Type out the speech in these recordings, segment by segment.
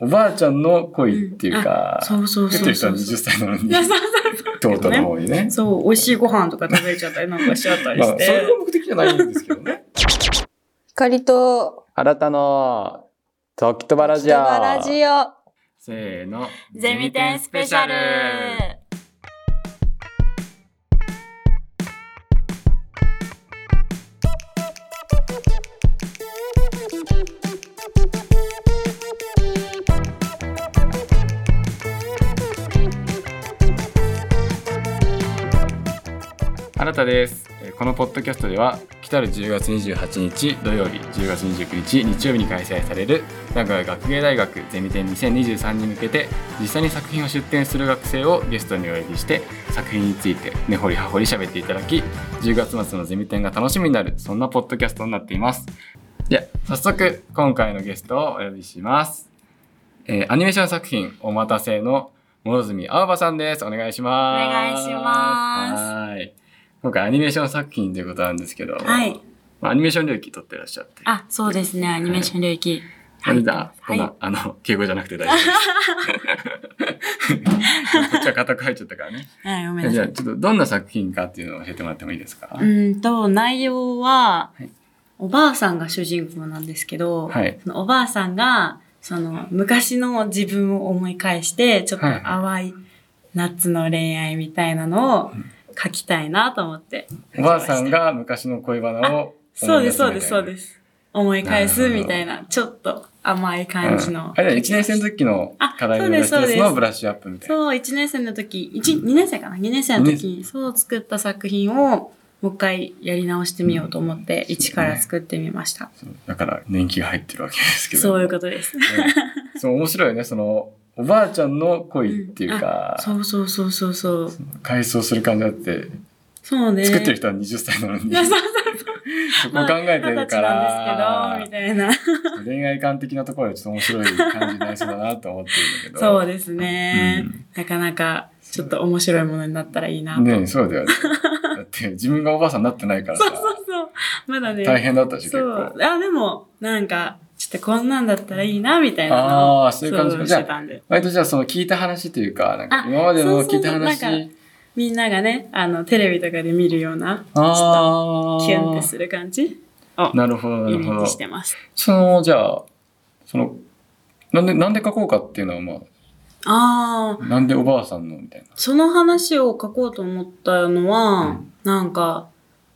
おばあちゃんの恋っていうか、そうそうペッそトう人そはう。 20歳なのにい、やそう弟の方にね。そう、美味しいご飯とか食べちゃったりなんかしちゃったりまあ、しそて。れが目的じゃないんですけどね。光と、新たの、ときとばラジオ。人はラジオ。せーの。ゼミテンスペシャル新たです。えーこのポッドキャストでは、来たる10月28日土曜日、10月29日日曜日に開催される名古屋学芸大学ゼミ展2023に向けて、実際に作品を出展する学生をゲストにお呼びして、作品について根掘り葉掘り喋っていただき、10月末のゼミ展が楽しみになる、そんなポッドキャストになっています。では、早速、今回のゲストをお呼びします。えーアニメーション作品、お待たせの諸角青葉さんです。お願いします。お願いしますはい。今回アニメーション作品ということなんですけど、はい。まあ、アニメーション領域取ってらっしゃって。あ、そうですね、アニメーション領域。あれだ、はこいんな、あの、敬語じゃなくて大丈 夫です。こっちは固く入っちゃったからね。はい、ごめんなじさゃいあ、。ちょっとどんな作品かっていうのを教えてもらってもいいですか、うーんと、内容は、はいおばあさんが主人公なんですけど、はいそのおばあさんが、その、昔の自分を思い返して、ちょっとはい淡い夏の恋愛みたいなのを書きたいなと思って書きました。おばあさんが昔の恋バナをそうです、そうです、そうす。です。思い返すみたいな、ちょっと甘い感じの。うんあれだ、1年生の時の課題のあそうですやつそうでのすブラッシュアップみたいな。そう、1年生の時、1、2年生かな ?2 年生の時に、そう作った作品を、もう一回やり直してみようと思って、一から作ってみました。だから、年季が入ってるわけですけど。そういうことです。うんそう、面白いよね。その、おばあちゃんの恋っていうか、そうそうそうそうそう。回想する感じだって、そうね。作ってる人は20歳なのにい、やそうそ こを考えてるかまあら二十、歳なんですけど、みたい恋愛観的なところでちょっと面白い感じになりそうだなと思ってるんだけな。ど。そうですね。うんなかなか、ちょっと面白いものになったらいいなと。ねえそうだよね。だって自分がおばあさんになってないからさ そう、そうそう。まだね。大変だったし、結そ構う。。あ、でも、なんか、ちょっとこんなんだったらいいな、みたいなのを。ああ、そういう感じ想か。像じしてゃあ、たんで。割とじゃあその聞いた話というか、なんかあ今までの聞いたそうそうそうなん話、みんながね、あの、テレビとかで見るような、ああ、キュンってする感じ、なるほど、なイるメほーどジし。てます。その、じゃあ、その、なんで、なんで書こうかっていうのは、まああ、あ、なんでおばあさんのみたいな。その話を書こうと思ったのは、うんなんか、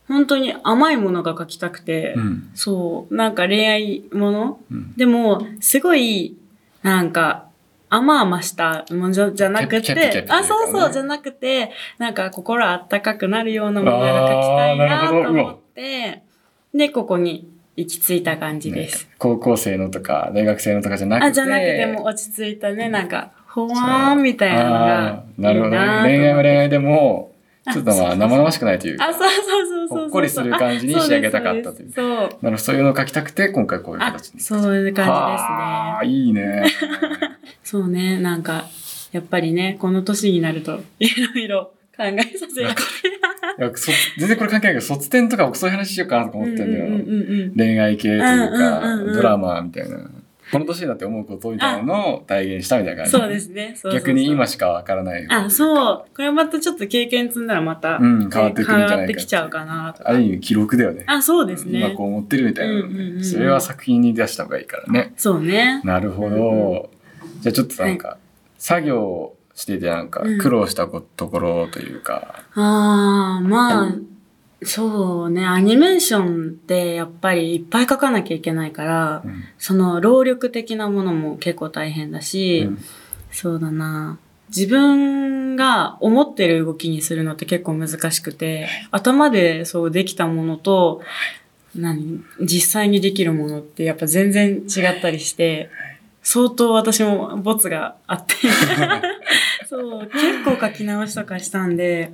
本当に甘いものが書きたくて、うん。そう、なんか恋愛ものうん。でも、すごい、なんか、甘々したものじゃじゃなくキャピキャピキャピてという、かねあ、そうそう、じゃなくて、なんか心あったかくなるようなものが書きたいあなーなるとほど思って、で、ここに行き着いた感じです。高校生のとか、大学生のとかじゃなくて。あ、じゃなくても落ち着いたね、なんか、ほわーんみたいなのあがーなるほどね。恋愛いいなはと思って恋愛でも、ちょっとまああ生々しくないというか。あ、そうそうそうそうそう。ほっこりする感じに仕上げたかったというあそうですそうですなるほどそういうのを書きたくて、今回こういうあ形、に。そういうあ感あ、いいね。じですね。そうね、なんか、やっぱりね、この年になると、いろいろ考えさせられる。いや卒全然これ関係ないけど、卒点とか僕そういう話しようかなとかうんう思っんてうんだよ。ん恋愛系といううんうんうんうか、んドラマみたいな。この年になって思うことみたいなのを体現したみたいな感うん。じ。そうですね。そうそうそう逆に今しかわからない。あ、そう。これまたちょっと経験積んだらまた、うん変わってくるんじゃないか変わってきちゃうかなとあか。る意味記録だよね。あ、そうです今ねこ。う思ってるみたいなのね、うんうんうんうんそれは作品に出した方がいいからね。そうね。なるほど。じゃあちょっとなんか、作業しててなんかうん苦労したこところというか。ああ、まあ、そうね。アニメーションってやっぱりいっぱい書かなきゃいけないから、うんその労力的なものも結構大変だし、うんそうだな。自分が思ってる動きにするのって結構難しくて、頭でそうできたものと、何実際にできるものってやっぱ全然違ったりして、相当私もボツが あって、そう、結構書き直しとかしたんで、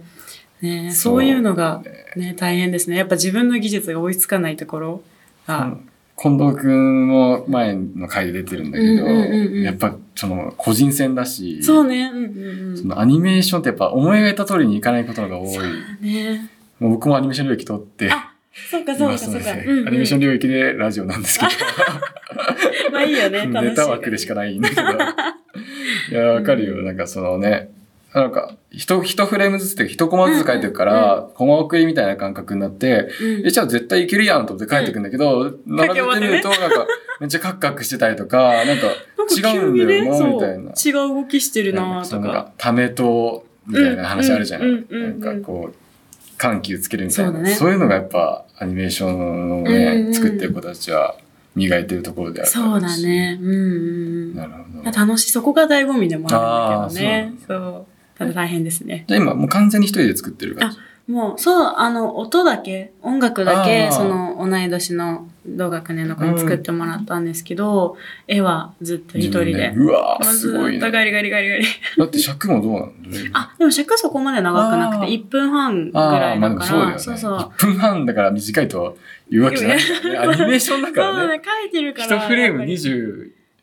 ね、そうそういうのが、ね、大変ですね。やっぱ自分の技術が追いつかないところが、近藤くんも前の回で出てるんだけど、うんうんうんうんやっぱその個人戦だし、そうね、うんうんうそん。のアニメーションってやっぱ思い描いた通りにいかないことのが多い。ね、もう僕もアニメーション領域取って、あそうか、いそうまか、すそのうでか。ねうんうんアニメーション領域でラジオなんですけど、 まあいいよね。楽しいからね ネタ枠でしかないんだけど。 いや、わかるよ。なんかそのね、なんか、一、一フレームずつっていうか、一コマずつ書いてるから、コマ送りみたいな感覚になって、うんえ、じゃあ絶対いけるやんと思って書いてくんだけど、並べてみると、なんか、めっちゃカクカクしてたりとか、なんかなんか、違うんだよな、みたいな。急にねそう違う動きしてるなんなかーそとのなんか。か、ためと、みたいな話あるじゃうんん。うんうんうんなんかこう、緩急つけるみたいなそうそだう,、いねうのがやっぱアニメーションをね、うんうん作ってる子たちは磨いてるところであるだろそうしだね。うんうんうん。なるほど。じゃ楽しい、そこが醍醐味でもあるんだけどねあー。そう。ただ大変ですね。あ今もう完全に一人で作ってる感じ。もう、そう、あの、音だけ、音楽だけ、あーその、同い年の同学年の子に作ってもらったんですけど、絵はずっと一人自分で。うわーもうずすごいっとね。ガリガリガリガリ。だって尺もどうなのどれぐらいあ、でも尺はそこまで長くなくあて、ー1分半ぐあらあ、いまあだでかもら、そうだよね。そうそう。 1分半だから短いとは言うわけじゃないからね。アニメーションだかそうらだね。ね、書いてるから。一フレームやっぱり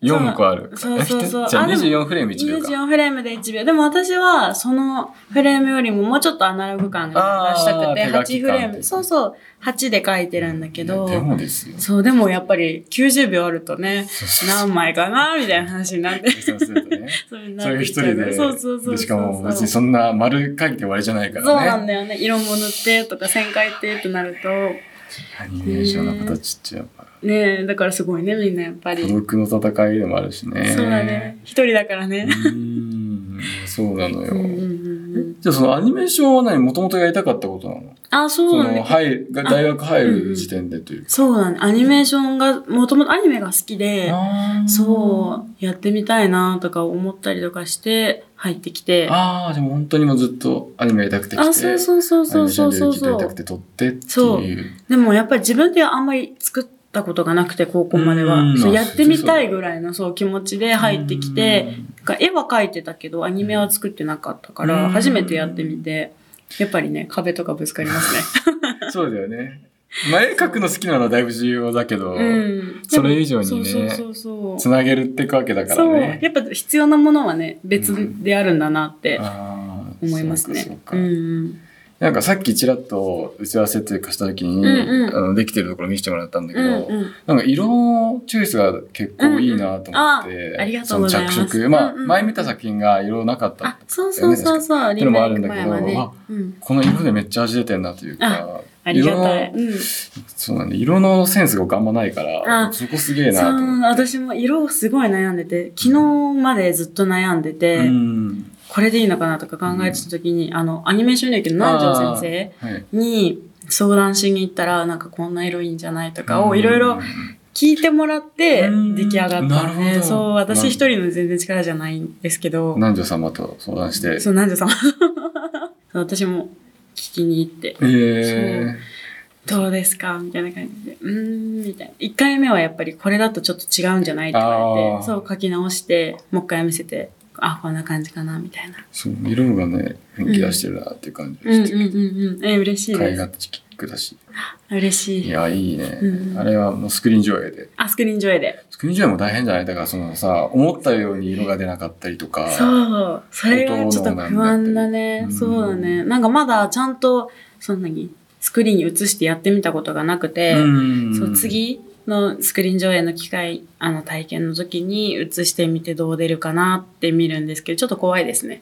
24個ある。そうそうそうえじゃああでも24フレーム1秒か。 24フレームで1秒。でも私は、そのフレームよりももうちょっとアナログ感が出したくて、あー手書8きフ感レーム。そうそう、8で書いてるんだけどいや、でもです よ。そう、でもやっぱり90秒あるとね、そうそうそう何枚かなみたいな話になって。 計算するとね。それにそなれっがて一きちゃ人うで。そうそうそうそう。でしかも別にそんな丸書いて終わりじゃないかそうならんね。だよね。色も塗ってとか線描いてってなると、アニメーションの形ってやっぱ、ねえだからすごいね、みんなやっぱり。孤独の戦いでもあるしね。そうだね。。一人だからうね。ん、そうなのうんうんよ。うんうんじゃあそのアニメーションは何もともとやりたかったことなのあ、そうそなんの、だ。入る、が大学入る時点でというか。そうなんだ。アニメーションが、もともとアニメが好きで、あーそう、やってみたいなとか思ったりとかして入ってきて。ああ、でも本当にもうずっとアニメやりたくてきて。あ、そうそうそうそうそうそアニメーションうでそやりたうく。て撮ってっていう。でもやっぱり自分ではあんまり作ったことがなくて、高校までうは。んそうまやあってみたいぐらいのそう気持ちで入ってきて、なんか絵は描いてたけど、アニメは作ってなかったかうら、ん初めてやってみて、やっぱりね、壁とかぶつかりますね。うん。そうだよね。前絵描くの好きなのはだいぶ重要だけど、うん。それ以上にねそうそうそうつそう。なげるっていくわけだかそらう。ね。やっぱ必要なものはね、別であるんだなってあー思いますね。そうかそううんかうん。なんかさっきちらっと打ち合わせというかした時に、うんうんあのできてるところ見せてもらったんだけうど、んうん。なんか色のチョイスが結構いいなと思って、うんうんあありがとうございますその着色。まあ、うんうん前見た作品が色なかったあ、。そうそうそうそう、てリのもメあイるクんだけ前どはねあ。うん。この色でめっちゃ味出てんなというか、ありがたい。う色ん。のそうなんだ色のセンスが僕あんまないから、あそこすげえなそとう思って。私も色をすごい悩んでて昨日までずっと悩んでて、うんこれでいいのかなとか考えてた時に、あのアニメーション領域の南條先はい、生に相談しに行ったらなんかこんな色いいんじゃないとかうをんいろいろ聞いてもらってうん出来上がっなたるんほで、どそう私な一人の全然力じゃないんですけど、南條様と相談して。そう南條さん そう私も聞きに行ってえーどうですかみたいな感じで。うーん、みたいな。一回目はやっぱりこれだとちょっと違うんじゃないって言われあーて、そう書き直して、もう一回見せて、あ、こんな感じかな、みたいな。そう色がね、雰囲気出してるなっていう感じがうんしうんて、うん うん。え、嬉しい絵です。画チキックだし。嬉しいい。や、いいね、うんあれはもうスクリーン上映で。あ、スクリーン上映で。スクリーン上映も大変じゃないだから、そのさ、思ったように色が出なかったりとか。そう。それがちょっと不安だねう。んそうだね。なんかまだちゃんと、そんなに、スクリーンに映してやってみたことがなくて、うんそう、次のスクリーン上映の機会、あの体験の時に映してみてどう出るかなって見るんですけど、ちょっと怖いで すね。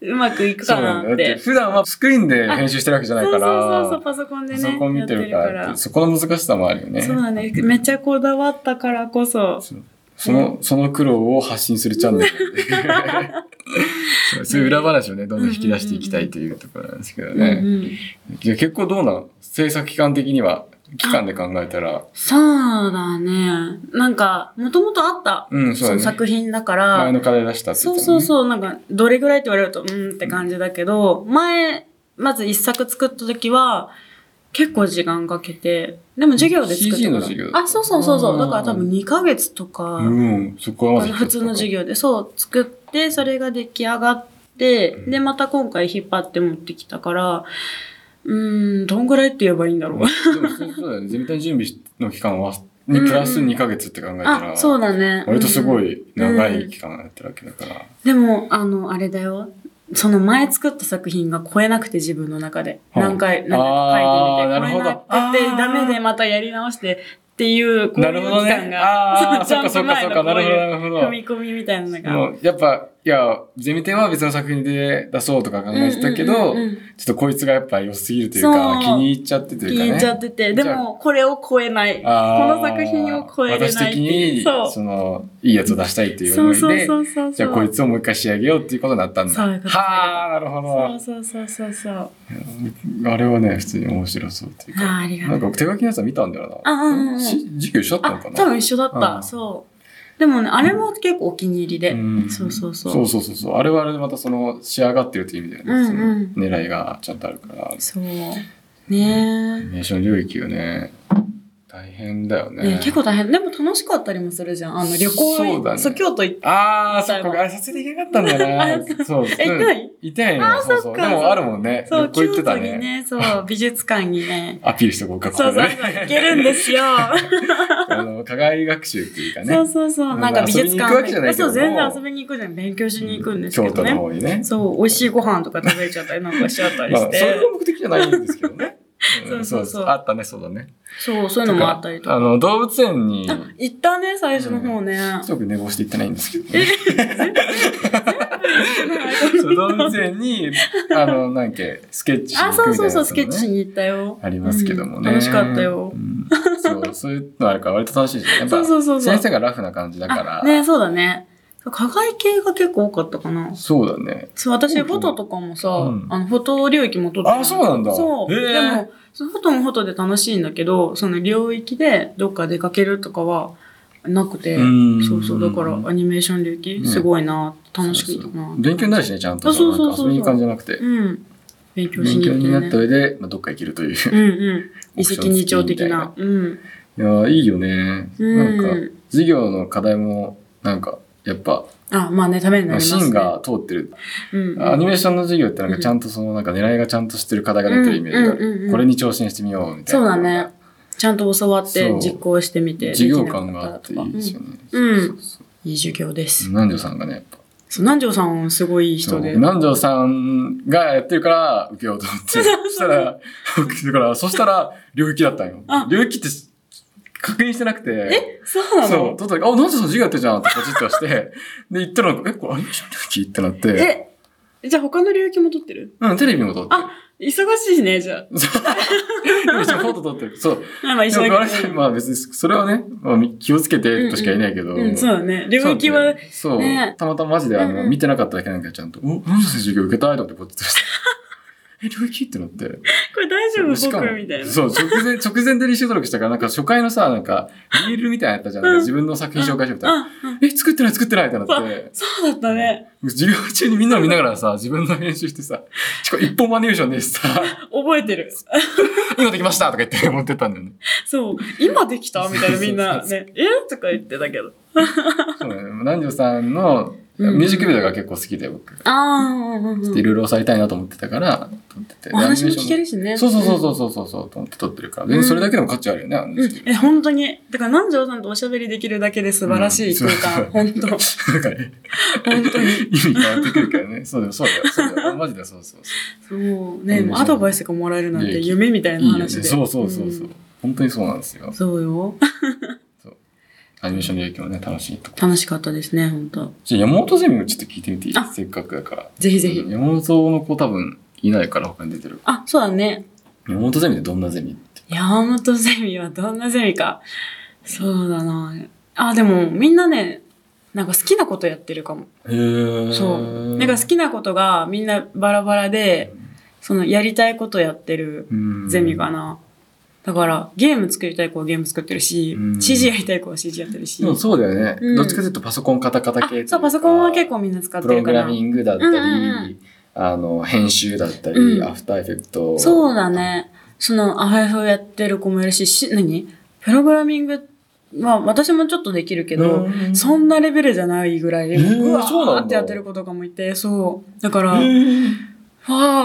うまくいくそうかななんだよ。っだってて。普段はスクリーンで編集してるわけじゃないそうそかうそうら。そう、パソコンでパね。ソコン見てるからやってそこの難しさもあるよね。そうだね。めっちゃこだわったからこそ。その、その苦労を発信するチャンネル。 そうそういう裏話をね、どんどん引き出していきたいというところなんですけどうんね。うん。いや結構どうなの制作期間的には、期間で考えたら、そうだね。なんか、もともとあった、うんそうだねの作品だか前ら、の課題出したってそ言っうてたもそんうそねう、なんか、どれぐらいって言われると、うーんって感じだけど、前、まず一作作った時は、結構時間かけて、でも授業で作ったから CG の授業あ、そうそうそうそう。あーだから多分2ヶ月とか、うん、そこはまあずの普通の授業。業で、そう、作って、それが出来上がって、で、また今回引っ張って持ってきたから、うーん、どんぐらいって言えばいいんだろう。でもそうそうだよね。ゼミ単準備の期間は、にプラス2ヶ月って考えたら、あ、そうだね。割とすごうんい長い期間やってるわけだから。でも、あの、あれだよ。その前作った作品が超えなくて自分の中で。はい何回、何あーな回るほどか書いてみて、超えなくてあーダメでまたやり直してっていう、こうないるうほど期間ね。が、ああ、そっかそっかそっか、こなうるほど、いうなるほ踏ど。み込みみたいなのもが。うやっぱ、いや、ゼミ展は別の作品で出そうとか考えてたけど、うんうんうんうんちょっとこいつがやっぱ良すぎるというそか、う気に入っちゃってと気いうにかね。入っちゃってて、でじゃあもこれを超えない。こあーの作品を超えれない私っ的ていにう。そうそ。のいいやつを出したいっていうそ思ういそうでそうそう。じゃあこいつをもう一回仕上げようっていうことになったんだそういうことはあなるほそうどそうそうそうそう。ああれはね普通に面白そうっていうかあー、ありがなとんう。か手書きのやつは見たんだよあうんうんうなんし授業一緒だったあのか、な多分一緒だっうた。んそう。でもね、あれも結構お気に入りで。うんそうそうそう。そうそうそうそうあれはあれでまたその仕上がってるっていう意味だよね、うんうんその狙いがちゃんとあるからそう。ねアニメーション領域はね大変だよえ。ねねえ結構大変。でも楽しかったりもするじゃん。あの、旅行、そうだね京都行っああ、そっか、あれ撮影できなかったん だな。そう。え行ってない行ってないのそうそう。そっかでもあるもんね。そう、旅行行っ京てた都にね。ね、 。そう、美術館にねアピールしとこうか、こそこうそう、でね。行けるんですよ。 あの、課外学習っていうか そうね。そうそう、なんか美術まあ遊びに行くわけじゃない館。けどもそう、全然遊びに行くじゃん。勉強しに行くんですけ京都どのね。方にね。そう、美味しいご飯とか食べちゃったりなんかしちゃった りまあし、それてが。目的じゃないんですけど ね。そんうそうそうあったね、そうだね。そう、そういうのもあったりとあか。の、動物園に、あ、行ったね、最初の方ね。すごく寝坊して行ってないんですけどね。そそう動物園に、 あの、なんだっけ、スケッチしに行あ、くみたそいなやつもうそねうそう、スケッチしに行ったよ。ありますけどもね。うん楽しかったよう。ん。そう、そういうのあるから割と楽しいしね。やっそうぱ、そうそうそう先生がラフな感じだからあ。ね、そうだね。課外系が結構多かったかな。そうだね。そう、私、フォトとかもさ、うんあの、フォト領域も撮ってたのあそうなんだそう。へーでも、そのフォトもフォトで楽しいんだけど、その領域でどっか出かけるとかはなくて、うんそうそう、だからアニメーション領域、すごいな、楽しくそうたそなう。勉強になるしね、ちゃんと。あそうそうそうそうなんか遊びに行く感じじゃなくて。うん。勉強し勉に強行ってにねなった上で、まあ、どっか行けるという。うんうん。一石二鳥的オな。うん。いやーいいよね。うんなんか、授業の課題も、なんか、やっぱ、あ、まあね、ためになりますね。芯が通ってる。うんうん、アニメーションの授業ってなんかちゃんとその、なんか狙いがちゃんとしてる課題が出てるイメージがあうんうんうんうる。んこれに挑戦してみようみたいそうな。だね。。ちゃんと教わってそう実行してみて。授業できなか感があっったてといかいですよね。うんそうそううんいい授業でそす。う。南條さんがね、やっぱ。そう、南條さんすごいいい人で。南條さんがやってるから受けようと思って。そしたら、受けてから、そしたら、領域だったんよあ。領域って確認してなくて。えそうなそう。のとった時あ、南條さん授業やってるじゃんってポチッと押して。で、行ったらなんか、え、これアニメーション領域ってなって。えじゃあ他の領域も取ってるうん、テレビも撮ってる。あ忙しいね、じゃあ。でも一応フォト撮ってる。 そう。まあまあで一緒もだ我け々ど。まあ別に、それはね、まあ気をつけてとしか言えないけど。うん、そうだね。領域そうだはね、そう、ねたまたまマジであの、うんうん見てなかっただけなんかちゃんと、お、何の授業受けたいと思ってポチッとして。 え、領域ってなって。これ大丈夫しかも僕みたいな。そう、直前、直前で練習登録したから、なんか初回のさ、なんか、リールみたいなのやったじゃん。なんか自分の作品紹介してみたいな。あ、うんえ、作ってない作ってないってなって、そうだったね。授業中にみんなの見ながらさ、自分の練習してさ、しかも一本マネーションでさ、覚えてる。今できましたとか言って持ってったんだよね。そう。今できたみたいなみんなそうね。えとか言ってたけど。そうね。南條さんのミュージックビデオが結構好きで、僕。ああいろいろ押さえたいなと思ってたから、撮ってて。お話も聞けるるしね。そうそうそうそうそうそう、と思って撮ってるから。で、それだけでも価値あるよね、あのう人ん、え、本当に。だから、南條さんとおしゃべりできるだけで素晴らしい空間。う本当。本なんかね、当に。意味変わってくるからね。そうだよ、そうだよ、そう だよ。マジでそうそうそう。そう。ね、もうアドバイスがもらえるなんねて夢みたいいいなよね。話で。そうそうそうそう、ん本当にそうなんですよ。そうよ。アニメーションの影響もね、楽しいとこ。楽しかったですね、本当。じゃあ山本ゼミもちょっと聞いてみていいあせっかくだから。ぜひぜひ。山本の子多分いないから他に出てる。あ、そうだね。山本ゼミってどんなゼミって。山本ゼミはどんなゼミか。そうだな。あ、でも、みんなね、なんか好きなことやってるかも。へえ。そう。なんか好きなことがみんなバラバラで、そのやりたいことやってるうんゼミかな。だから、ゲーム作りたい子はゲーム作ってるしう、ん CG やりたい子は CG やってるしで。もそうだよね、うんどっちかというとパソコンカタカタ系あといかそう、パソコンは結構みんな使っプてロるグかラら。ミングだったり、うんうんうんあの、編集だったり、うんアフターエフェクト。そうだ。ね。その、アフェフやってる子もいるし、し、何プログラミングは私もちょっとできるけど、うんそんなレベルじゃないぐらい、えーうわそうなんだーってやってる子とかもいて、そう。だかえら、わー、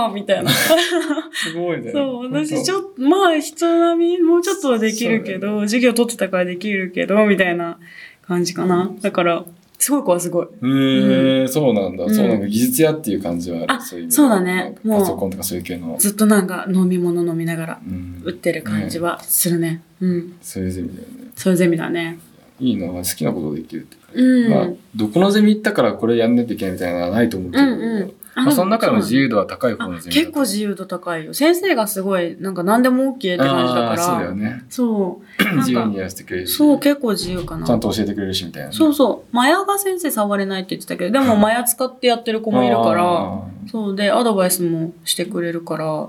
ーみたいな。すごいね。そう、私ちっょっと、まあ人並み、もうちょっとはできるけど、授業取ってたからできるけど、みたいな感じかな。だから、すごい子はすごい。へえそうなんだ、うんそうなんだ技術屋っていう感じはあるあそういう意味そうだねなんかもうパソコンとかそういう系の、ずっとなんか飲み物飲みながらうん打ってる感じはするね。うん。そういうゼミだよねそういうゼミだね。いいな好きなことできるって、うん。まあどこのゼミ行ったからこれやんなきゃいけないみたいなのはないと思うけど、うんうんあまあ、その中の自由由度は高い方のゼミだ結構自由度高いよ。先生がすごい、なんか何でも OK って感じだかあーそうだら。よねそうなんか自由にやらせてくれるしそう、結構自由かなちゃ。んと教えてくれるしみたいなそうそう。マヤが先生触れないって言ってたけど、でもマヤ使ってやってる子もいるから、あそうで、アドバイスもしてくれるから、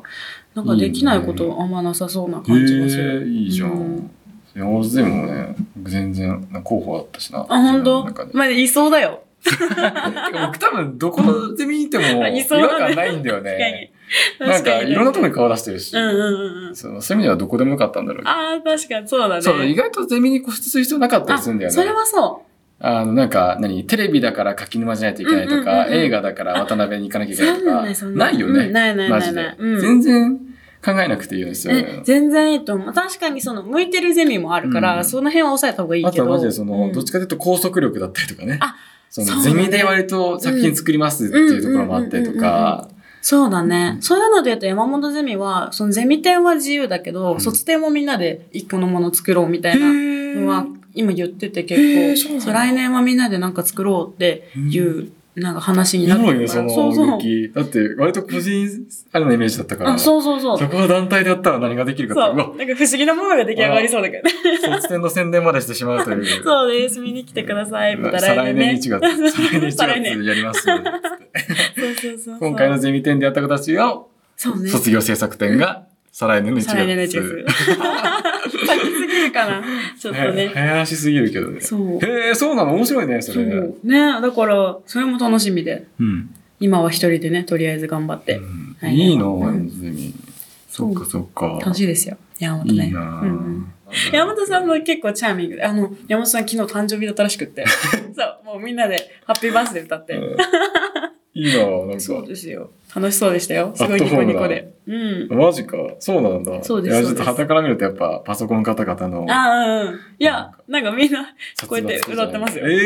なんかできないことあんまなさそうな感じがすーへえる。いいじゃん、うん山本ゼミもね僕全然候補あったしなあ、本当自分の中でまあ、いそうだよ。てか僕多分どこのゼミにいても い違そう和だね感ないんだよね。確なんかに。かいろんなとこにわ顔出してるし、うんうんうんうん。そのセミナーはどこでもよかったんだろうけど。ああ、確かにそうだね。そう、意外とゼミに固執する必要なかったりするんだよあそれね。はそあの、なんか、何テレビだから柿沼じゃないといけないとか、うんうんうんうん映画だから渡辺に行かなきゃう。いけないそとんなんない、かないそ、んようんね。ないないマないジでない。。うん全然考えなくていいようにするえ全然いいと思う。確かにその、向いてるゼミもあるから、うんその辺は抑えた方がいいあけとど。はマジでその、うんどっちかというと拘束力だったりとかね。あそのそうだゼねミで割と作品作りますっていうところもあったりとか、そうだね。そういうので言うと山本ゼミは、そのゼミ展は自由だけど、ん卒展もみんなで一個のもの作ろうみたいなのは、今言ってて結へー構、そうなんだそう来年はみんなでなんか作ろうっていう、なんか話にいいなってよるね、かそら。のそうそ動う。き。だって割と個人あれのイメージだったから。あ、そうそうそう。そこは団体でやったら何ができるかそっう。て、なうんわ、か不思議なものが出来上がりそうだけど。卒展の宣伝までしてしまうという。 そうです。見に来てください。また再来来年年ね。 1月、 再来年再来1年月やります。そうそうそう。今回のゼミ展でやった子たちを、そうね。卒業制作展が再来年の1月。再来年の1月。先すぎるかな。ちょっとね。ね。 早足すぎるけどね。そう。へえ、そうなの面白いね、そそれね。う。ねだから、それも楽しみで。うん。今は一人でね、とりあえず頑張って。はいいいの、うんゼミ。そっそうかそっか。楽しいですよ。山本いね。いなうんうん 山本さんも結構チャーミングで、あの、山本さん昨日誕生日だったらし くって。そう、もうみんなでハッピーバースデー歌っうて。んいいななんそうか。ですよ。楽しそうでしたよ。すごいニコニコで。うん。マジか。そうなんだ。そうですいや、ちょそうっですと旗から見るとやっぱパソコン方々のああ、うん。いや、なんかみんなこうやって殺伐歌ってますよ。え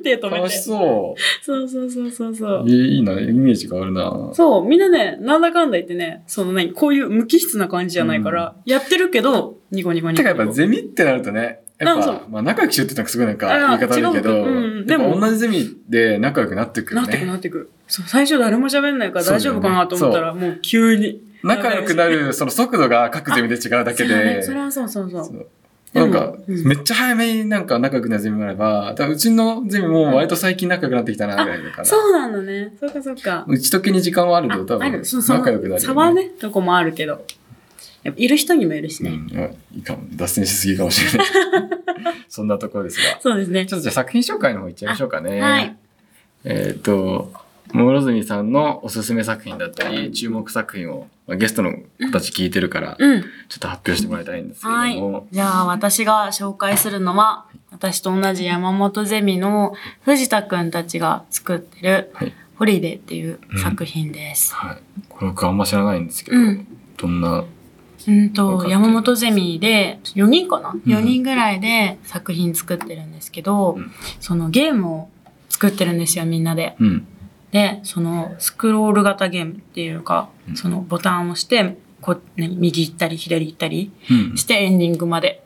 ー手 止め。楽してそそうそうそうそうそうう。。いいな、イメージがあるな。そう、みんなね、なんだかんだ言ってね、そのね、こういう無機質な感じじゃないから、やってるけど、ニコニコニてコ。かやっぱゼミってなるとね、やうんっそぱう、まあ仲良くしようってなんかすごいなんかあ言あい方悪いけど、違ううんででもも同じゼミで仲良くなってくるなよってくね。なってく。そう、最初誰も喋んないから大丈夫かなと思ったら、もう急に。仲良くなるその速度が各ゼミで違うだけそうだねで、それはそうそうそう。そうなでんもか、うんめっちゃ早めになんか仲良くなるゼミもあれば、だからうちのゼミも割と最近仲良くなってきたな、みたいなから。そうなんだね。そっかそっか。打ち解けに時間はあるけど、多あ分る。そうそう仲良くなるよね、差はね、どこもあるけど。やっぱいる人にもいるしうね。ん、いいかも。脱線しすぎかもしれない。 そんなところですが。そうですねち。ょっとじゃあ作品紹介の方いっちゃいましょうかね。はい。えっ、と、諸角さんのおすすめ作品だったり、注目作品を、まあ、ゲストの子たち聞いてるから、ちょうん。っと発表してもらいたいんですけども、はい。じゃあ、私が紹介するのは、私と同じ山本ゼミの藤田くんたちが作ってる、はいホリデーっていう作品です。はい。これ僕あんま知らないんですけど、うんどんな、うん、わかっと、てる山本ゼミで、4人かな ?4 人ぐらいで作品作ってるんですけど、うんそのゲームを作ってるんですよ、みんなで。うん。で、そのスクロール型ゲームっていうか、うんそのボタンを押して、こ何右行ったり左行ったりうんしてエンディングまで、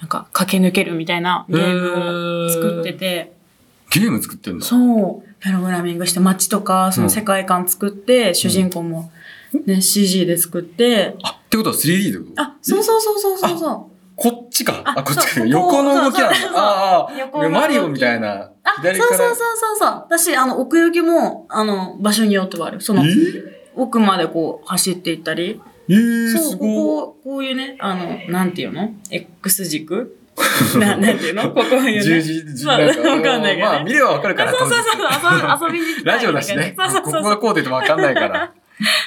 なんか駆け抜けるみたいなゲームをを作ってて、ゲーム作ってんだ。そう、プログラミングして街とか、その世界観作って、主人公も、ね、CG で作って、あ、ってことは 3D ってことあ、そうそうそうそうそうそう。こっちか。あ、あこっちか。そう横の動きなんだそうそうそう。そうああ横ああ、の動きマリオみたいな。あ、そうそうそうそうそう。私、あの、奥行きも、あの、場所によってはある。その、え奥までこう、走っていったり。えー、そすう、こごい。こ、こういうね、あの、なんていうの ?X 軸な、なんていうのここういう十ね。字、十まあなんか、わかんないけどねまあ、見ればわかるかあら。そうそうそうそう、遊び遊びに行きたいラジオだしね。そうそうこそこうがこうでてわかんないから。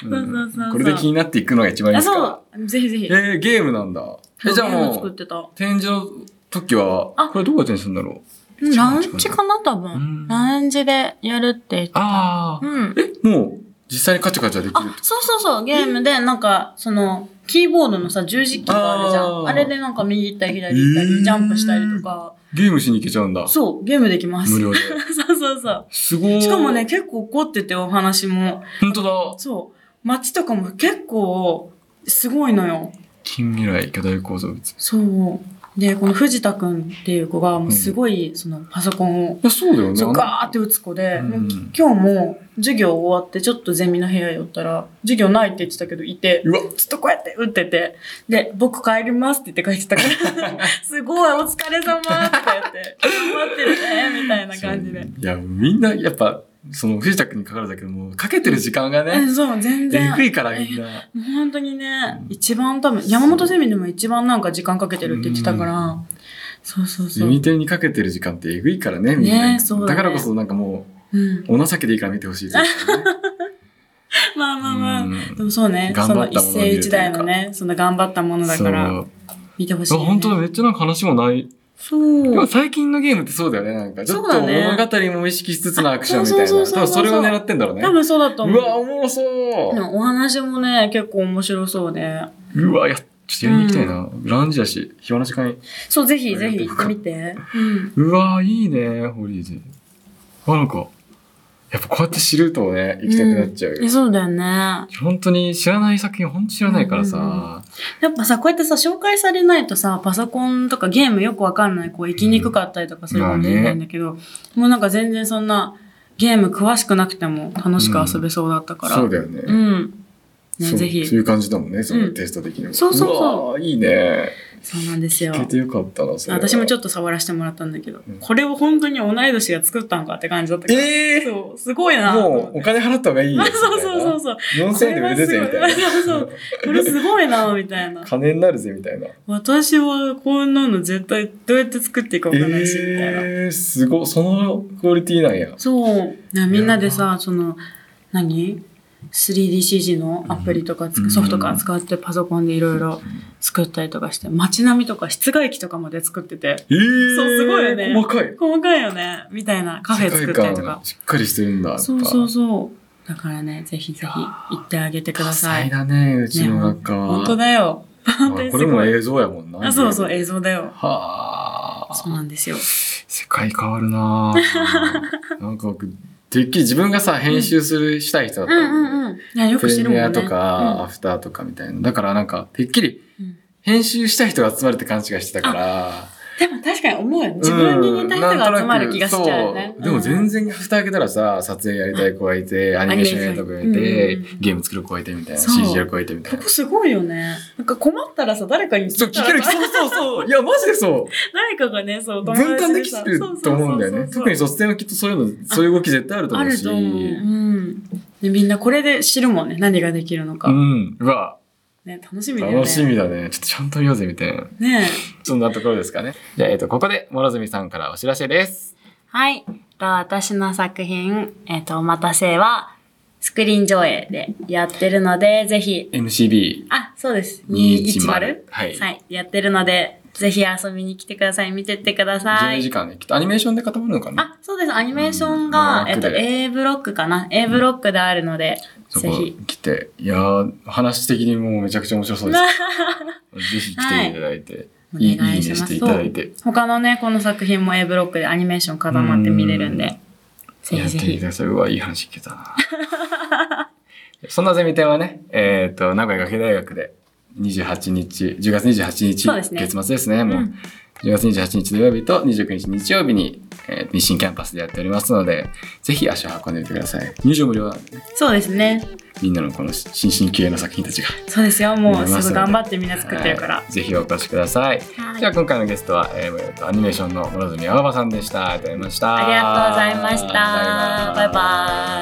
そうそうそうそうこれで気になっていくのが一番いいあ、ですから。そう、ぜひぜひ。えー、ゲームなんだ。え、じゃあゲームも作っう、てた。展示の時はあ、これどうやって展示するんだろうんラウンジかな多うん分。ラウンジでやるって言ってた。ああ。うん。うもう、実際にカチャカチャできるあ、そうそうそう、ゲームで、なんか、その、キーボードのさ、十字キーがあるじゃあーん。あれでなんか右行ったり左行ったえーり、ジャンプしたりとか、と。ゲームしに行けちゃうんだ。そう、ゲームできます。無料で。 そうそうそう。すごい。しかもね、、結構怒ってて、お話も。本当だ。そう。街とかも結構、すごいのよ。近未来巨大構造物。いそう。で、この藤田くんっていう子が、もうすごい、その、パソコンを、や、そうだよね。そう、あのガーって打つ子で、うん今日も、授業終わって、ちょっとゼミの部屋寄ったら、授業ないって言ってたけど、いて、うわ、ずっとこうやって打ってて、で、僕帰りますって言って帰ってたから、 すごいお疲れ様とか言って、頑張ってるね、みたいな感じで。いや、みんな、やっぱ、その、藤田君にかかるだけども、かけてる時間がうね、んそう、全え然。ぐいからみんな。もう本当にねう、ん一番多分、山本ゼミでも一番なんか時間かけてるって言ってたから、そうそうゼそう。ミ展にかけてる時間ってえぐいからね、みんな。ねそうだねからこそ、なんかもうん。う、お情けでいいから見てほしいですよね。ま あまあまあ。うんでもそうね、頑そ張のった一ものを見るとい世う一か代のね、その頑張ったものだから、そう見てほしい、あね。本当だ、めっちゃなんか話もない。そう。でも最近のゲームってそうだよね、なんか。ちょっそとうだね物語も意識しつつのアクションみたいな。そう多そうそうそう分それを狙ってんだろうね多。分そうだと思うう。わ、おもろそうで。もお話もね、結構面白そうで、うわ、いや、ちょっとやりに行きたいな。ランジだし、暇な時間に。そう、ぜひぜひ行ってみて。うん。うわ、いいね、ホリージ。あ、なんか、やっぱこうやって知るとね、行きたくなっちゃうよ。えそうだよね。本当に知らない作品、本当知らないからさ。やっぱさ、こうやってさ、紹介されないとさ、パソコンとかゲームよくわかんない、こう、行きにくかったりとかするかもしれないんだけど、もうなんか全然そんな、ゲーム詳しくなくても楽しく遊べそうだったから。そうだよね。うん。ね、そうぜひ。そういう感じだもんね、そのうんテスト的にも。そうそうそううわ。いいね。そうなんですよ聞。けてよかったな、それは。私もちょっょっと触らせてもらったんだけど、うんこれを本当に同い年が作ったんかって感じだったから。ええそう、すごいなと思もっう おて。金払った方がいいよ。みたいなそうそうそうそう。 4000円で売れるぜ、みたいこれはすごいそうそなう。これすごいなみたいな。金になるぜ、みたいな。私はこんなの絶対どうやって作っていいかわかんないし、みたいな。えー、すごい。そのクオリティなんや。そう。なみんなでさ、その、何 ?3DCG のアプリとかつく、うんソフトとか使ってパソコンでいろいろ作ったりとかして、街並みとか室外機とかまで作ってて、えー、そうすごいよね細かい。細かいよねみたいなカフェ作ったりとか。しっかりしてるんだ。やっぱそうそうそう。だからね、ぜひぜひ行ってあげてくださ多彩い。だね、うちの学科は。本当だよ。あ当にすこごいれも映像やもんな。あ、そうそう、映像だよ。はそうあ。なんですよ。世界変わる なぁなんか僕、てっきり自分がさ、編集する、したい人だっうたのんうんうん。いや、よプく知レるもんミね。アとか、うんアフターとかみたいな。だからなんか、てっきりうん、編集したい人が集まるって勘違いしてたから。でも確かに思うよね。自分に似た人が集まる気がしちゃうんなんよね。となくそうでも全然。然蓋開けたらさ、撮影やりたい子がいて、アニメーションやりたい子がいアニメてーションうんうんうん、ゲーム作る子がいてみたいな、そう CG やる子がいてみたいこなこ。すごいよね。なんか困ったらさ、誰かにそう、聞ける、らさそうそうそう。いや、マジでそう。 誰かがね、そう、友分達担でにきさてると思うんだよね。特に。卒生はきっとそういうの、そういう動き絶対あるとあ思うるし。と思う。うん。で、みんなこれで知るもんね。何ができるのうか。ん。うわ、ね、楽しみだよね。楽しみだね。ちょっとちゃんと見ようぜ、みたいな。ねえ。そんなところですかね。じゃあ、えっ、と、ここで、諸角さんからお知らせです。はい。えっと私の作品、えっ、と、お待たせは、スクリーン上映でやってるので、ぜひ、 MCB。あ、そうです。 210 210? はいはい。やってるので、ぜひ遊びに来てください。見てってくださ12い時。間ね。きっとアニメーションで固まるのかな。あ、そうです。アニメーションうが、んえっと、ブロックで A ブロックかな。A ブロックであるので、そぜこひ。来て。いやー、話的にもうめちゃくちゃ面白そうで す。ぜひ来ていただいて、おいいいい願ねいしましす。ていただいて。他のね、この作品も A ブロックでアニメーション固まって見れるんうで、ぜやひっぜてみてひく。ださい。うわ、いい話聞けたな。そんなゼミ展はね、えっ、と、名古屋学芸大学で28日、10月28日、そうですね月末ですね、もう。うん10月28日土曜日と29日日曜日に、えー日清キャンパスでやっておりますので、ぜひ足を運んでみてください。入場無料なんでね、そうですね。みんなのこの新進気鋭の作品たちが。そうですよ。見もれうますすぐ頑張ってみんな作ってるから。はいぜひお越しください。はいでは今回のゲストは、えーえーとアニメーションの諸角青葉さんでした。ありがとうございました。ありがとうございました。バイバイ。